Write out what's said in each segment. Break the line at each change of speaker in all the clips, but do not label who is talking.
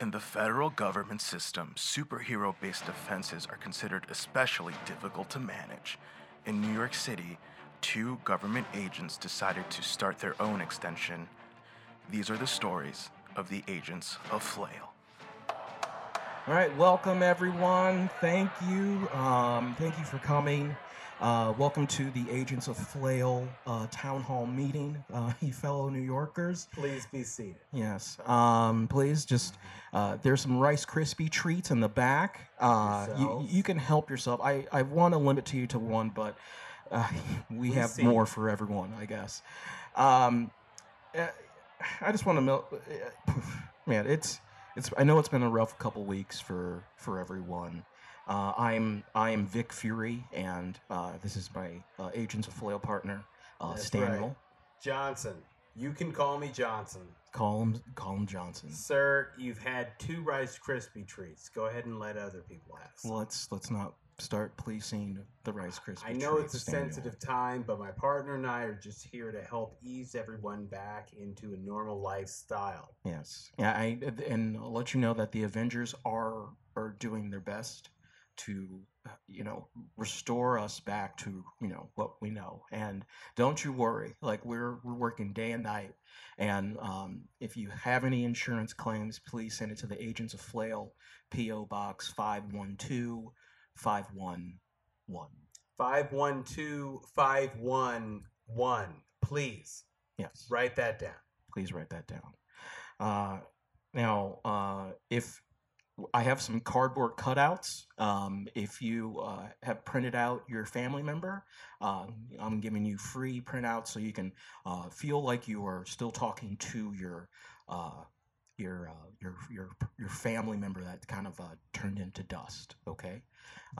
In the federal government system, superhero based offenses are considered especially difficult to manage. In New York City, two government agents decided to start their own extension. These are the stories of the agents of Flail.
All right, welcome everyone. Thank you. Um, thank you for coming. Uh, welcome to the Agents of Flail uh, Town Hall meeting, uh, you fellow New Yorkers.
Please be seated.
Yes, um, please just uh, there's some Rice Krispie treats in the back. Uh, you,
Yourselves.
you can help yourself. I, I want to limit to you to one, but uh, we
We
have
see.
more for everyone, I guess. Um, uh, I just want to mil- man, it's it's. I know it's been a rough couple weeks for for everyone. Uh, I'm I'm Vic Fury, and uh, this is my uh, Agents of Flail partner, uh,
That's
Staniel.
right. Johnson, you can call me Johnson.
Call him call him Johnson.
Sir, you've had two Rice Krispie treats. Go ahead and let other people have some.
Let's let's not start policing the Rice Krispies.
I know it's a
treats, Daniel.
sensitive time, but my partner and I are just here to help ease everyone back into a normal lifestyle.
Yes. Yeah. I and I'll let you know that the Avengers are are doing their best to uh, you know restore us back to you know what we know. And don't you worry. Like we're we're working day and night. And um, if you have any insurance claims, please send it to the Agents of Flail, P.O. Box 512 511.
512511. Please
Yes.
write that down.
please write that down. Uh, now, uh, if I have some cardboard cutouts, um, if you uh, have printed out your family member, uh, I'm giving you free printouts so you can uh, feel like you are still talking to your. Uh, your, uh, your your your family member that kind of uh, turned into dust. Okay,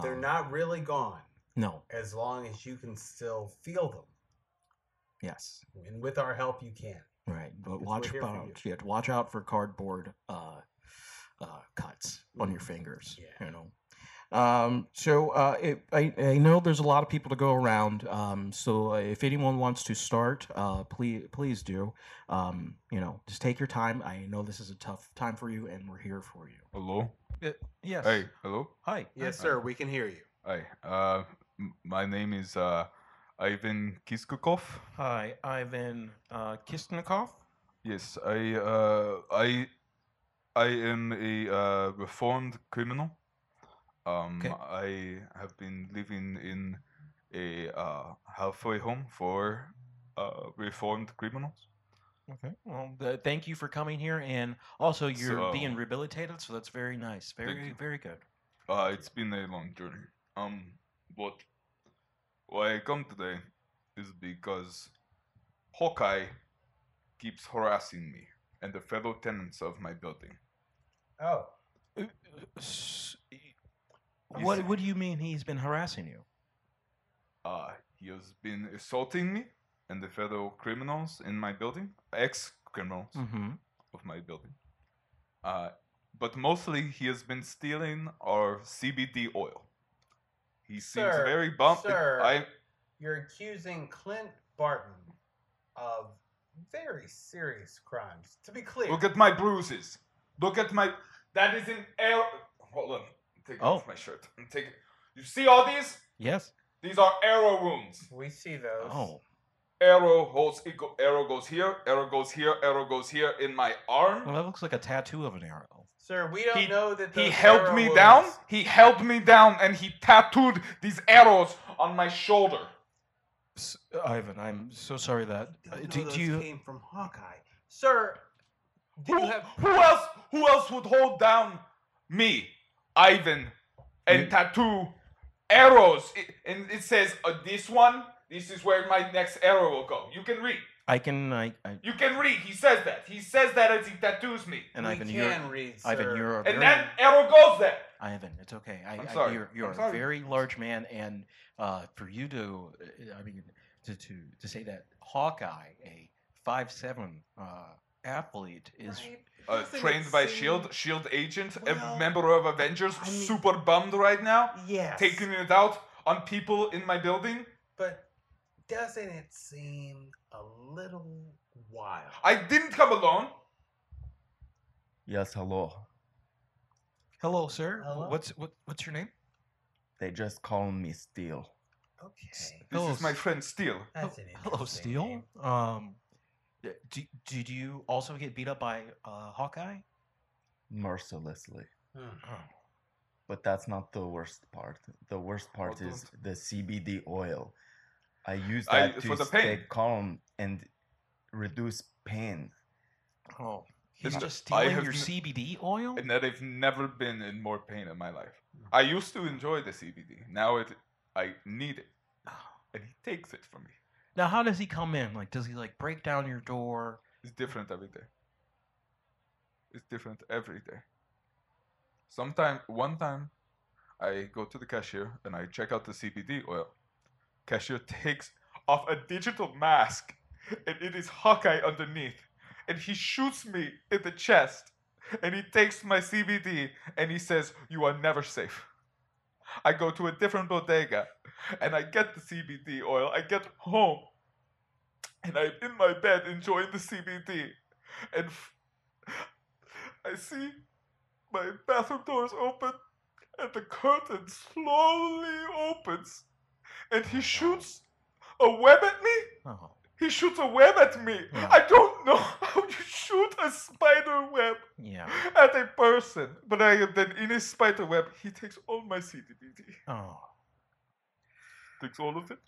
They're
Um,
not really gone
No.
as long as you can still feel them.
Yes.
And with our help, you can.
Right, but
Because we're
watch
here for you.
out. Yeah, watch out for cardboard uh, uh, cuts on
Mm-hmm.
your
Mhm.
fingers.
Yeah.
You know. Um, so uh, it, I, I know there's a lot of people to go around. Um, so uh, if anyone wants to start, uh, please please do. Um, you know, just take your time. I know this is a tough time for you, and we're here for you.
Hello.
Yes.
Hey. Hello.
Hi.
Yes,
Hi.
sir, we can hear you.
Hi. Uh, m- my name is uh, Ivan Kiskukov.
Hi, Ivan uh, Kistnikov.
Yes, I uh, I I am a uh, reformed criminal. Um,
Okay.
I have been living in a uh, halfway home for uh, reformed criminals.
Okay. Well, th- thank you for coming here, and also you're
So-
being rehabilitated, so that's very nice.
Thank
Very,
you.
very good.
Uh, it's been a long journey. Um, but why I come today is because Hawkeye keeps harassing me and the fellow tenants of my building.
Oh,
S- What What do you mean he's been harassing you?
Uh, he has been assaulting me and the fellow criminals in my building, ex criminals
Hmm.
Mm-hmm.
of my building. Uh, but mostly he has been stealing our CBD oil. He seems
Sir,
very bummed.
sir.
I
you're accusing Clint Barton of very serious crimes. To be clear,
Look at my bruises. Look at my. That is an air. Hold on. I'm taking
Oh.
off my shirt. I'm taking. You see all these?
Yes.
These are arrow wounds.
we see those.
Oh.
Arrow holes. it go- Arrow goes here. Arrow goes here. Arrow goes here in my
Well,
arm.
that looks like a tattoo of an arrow.
Sir, we don't
He-
know that
He
those
held
arrow
me
wounds-
down. He held me down, and he tattooed these arrows on my shoulder.
S- Ivan, I'm so sorry that.
Don't
uh,
know
do,
those
do you?
came from Hawkeye, sir? Do
Who,
you have
who else? Who else would hold down me, Ivan, and
You-
tattoo arrows? It, and it says uh, this one. This is where my next arrow will go. You can read.
I can. I. I
You can read. He says that. He says that as he tattoos me.
and
we
Ivan, you're.
can read, sir.
Ivan, you're. A
And
very,
that arrow goes there.
Ivan, it's okay. I,
I'm
I-
sorry.
you're you're
I'm
a
sorry.
very large man, and uh, for you to, uh, I mean, to, to to say that Hawkeye, a five seven uh, athlete, is
Right?
Uh,
Doesn't it
trained by
seem-
Shield, Shield E agent,
Well,
a member of Avengers,
I mean-
super bummed right now,
Yes,
taking it out on people in my building.
but doesn't it seem a little wild?
I didn't come alone.
Yes, hello.
Hello, sir.
Hello.
What's what, what's your name?
They just call me Steel.
Okay.
This
Hello,
is my
s-
friend Steel.
hel-
That's an
Oh, Hello,
interesting
Steel.
name.
Um, d- do, did you also get beat up by uh, Hawkeye?
Mercilessly.
Hmm.
Oh.
But that's not the worst part. The worst part
Well,
is the CBD oil. I use
I-
that
for
to
the
stay
pain.
calm and reduce pain.
Oh, he's
And
just
I
stealing your
have n-
CBD oil.
and that I've never been in more pain in my life. I used to enjoy the CBD. Now it, I need it, and he takes it from me.
Now, how does he come in? Like, does he like break down your door?
It's different every day. It's different every day. Sometime, one time, I go to the cashier and I check out the CBD oil. Cashier takes off a digital mask, and it is Hawkeye underneath, and he shoots me in the chest, and he takes my CBD, and he says, "You are never safe." I go to a different bodega, and I get the CBD oil. I get home, and I'm in my bed enjoying the CBD, and f- I see my bathroom doors open, and the curtain slowly opens, and he shoots a web at me.
Oh,
He shoots a web at me.
Yeah.
I don't know how you shoot a spider web
yeah.
at a person, but I am then in his spider web. He takes all my CBD,
Oh,
takes all of it.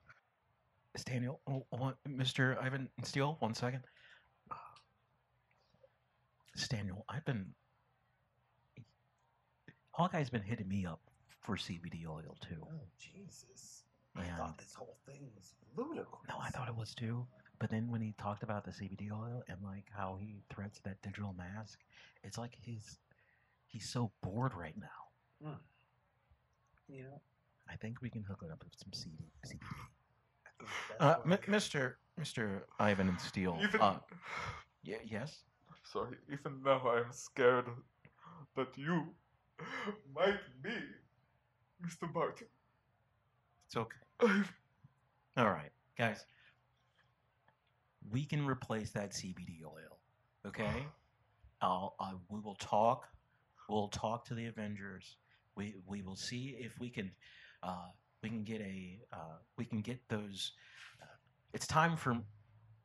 Is Daniel, oh, what, Mr. Ivan Steele, one second. Staniel, I've been. Hawkeye's been hitting me up for CBD oil too.
Oh, Jesus. I
And
thought this whole thing was ludicrous.
no, I thought it was too. But then when he talked about the CBD oil and like how he threats that digital mask, it's like he's he's so bored right now.
You know,
I think we can hook it up with some CD.
I think that's
Uh,
what
mi-
I-
Mr. Mr. Ivan and Steele.
Even
Uh, yeah, yes.
Sorry, even now I am scared that you might be Mr. Barton.
It's okay.
I've-
All right, guys. We can replace that CBD oil, okay? I'll, I, we will talk. We'll talk to the Avengers. We we will see if we can, uh, we can get a, uh, we can get those. Uh, it's time for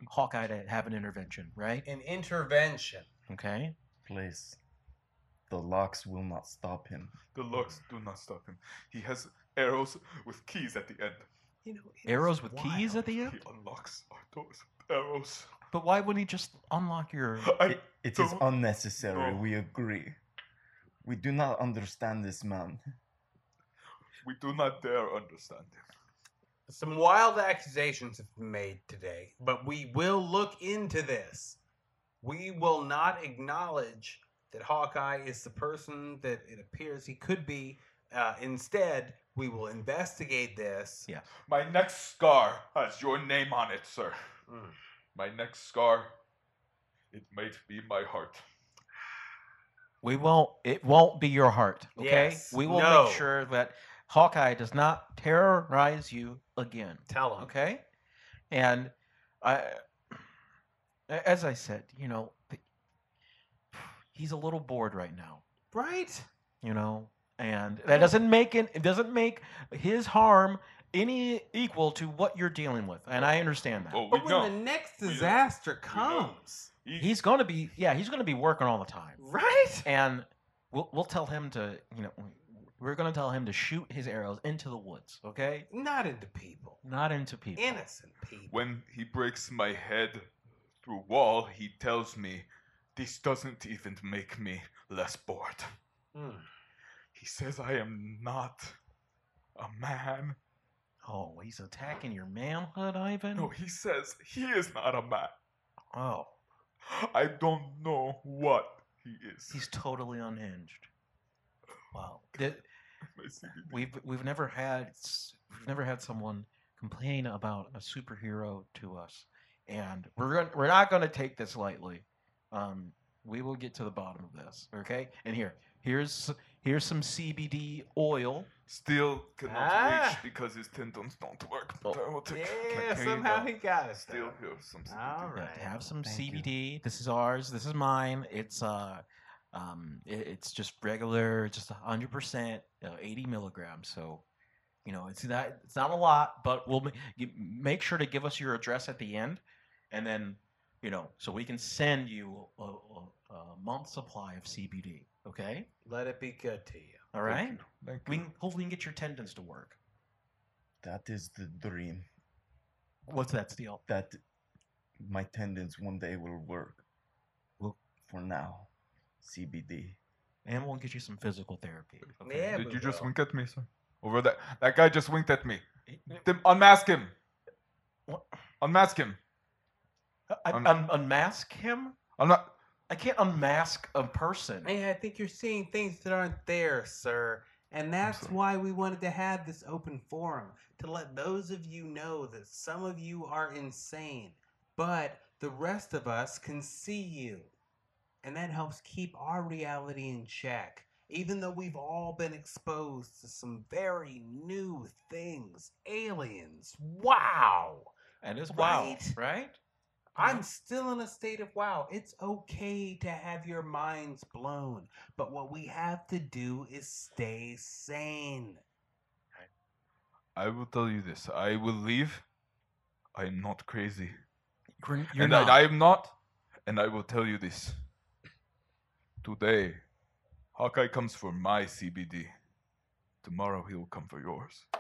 Hawkeye to have an intervention, right?
An intervention.
Okay.
Please. The locks will not stop him.
The locks do not stop him. He has arrows with keys at the end.
You know, it is
Arrows with keys
wild.
at the end.
He unlocks our doors with arrows.
But why wouldn't he just unlock your?
I,
It is
Don't-
unnecessary,
no.
we agree. We do not understand this man.
we do not dare understand him.
Some wild accusations have been made today, but we will look into this. We will not acknowledge that Hawkeye is the person that it appears he could be. Uh, instead, we will investigate this.
Yeah.
My next scar has your name on it, sir. Hmm.
Mm.
My next scar, it might be my heart.
We won't. It won't be your heart. Okay.
Yes.
We will
No.
make sure that Hawkeye does not terrorize you again.
Tell him.
Okay. And I, a- as I said, you know, th- he's a little bored right now.
Right?
You know, and that doesn't make it. It doesn't make his harm any equal to what you're dealing with. And I understand that.
Oh, we
But
know.
when the next
We know.
disaster
We know.
comes,
He-
He's gonna be. Yeah, he's gonna be working all the time.
right?
and we'll, we'll tell him to you know we're gonna tell him to shoot his arrows into the woods okay
Not into people,
not into people
innocent people.
When he breaks my head through wall, he tells me, This doesn't even make me less bored.
Mm.
He says I am not a man.
oh he's attacking your manhood ivan
No, he says he is not a man.
oh
I don't know what he is.
he's totally unhinged wow Th-
My CBD.
we've we've never had s- we've never had someone complain about a superhero to us and we're going we're not going to take this lightly um we will get to the bottom of this okay and here here's here's some cbd oil
Still cannot
Ah. Oh,
reach because his tendons don't work. But I will take
Yeah,
Here you
somehow
go.
he got us.
still
there.
here. Some CBD.
All
Yeah,
right.
have some
Thank you.
CBD. This is ours. This is mine. It's uh, Um, it, it's just regular, just hundred percent, eighty milligrams. So, you know, it's not it's not a lot, but we'll ma- you, make sure to give us your address at the end, and then you know, so we can send you a, a, a month supply of CBD. Okay,
Let it be good to you.
all right.
Thank
We
you.
can, hopefully, you can get your tendons to work.
That is the dream.
What's that, Steele?
That my tendons one day will work. Well, for now, CBD.
And we'll get you some physical therapy.
Yeah,
Did
we
you just
will.
wink at me, sir? Over that, that guy just winked at me.
Yeah.
Tim, unmask him.
What?
Unmask him.
Uh, I,
Un-
un- unmask him?
I'm not.
I can't unmask a person.
Hey, I think you're seeing things that aren't there, sir. And that's
sorry.
why we wanted to have this open forum to let those of you know that some of you are insane, but the rest of us can see you. And that helps keep our reality in check, even though we've all been exposed to some very new things. Aliens. Wow.
And it's wow,
Right?
right? Mm-hmm.
I'm still in a state of wow. It's okay to have your minds blown, but what we have to do is stay sane.
I will tell you this. I will leave. I am not crazy.
You're, you're
and
not.
I, I am not. And I will tell you this. Today, Hawkeye comes for my CBD. Tomorrow he will come for yours.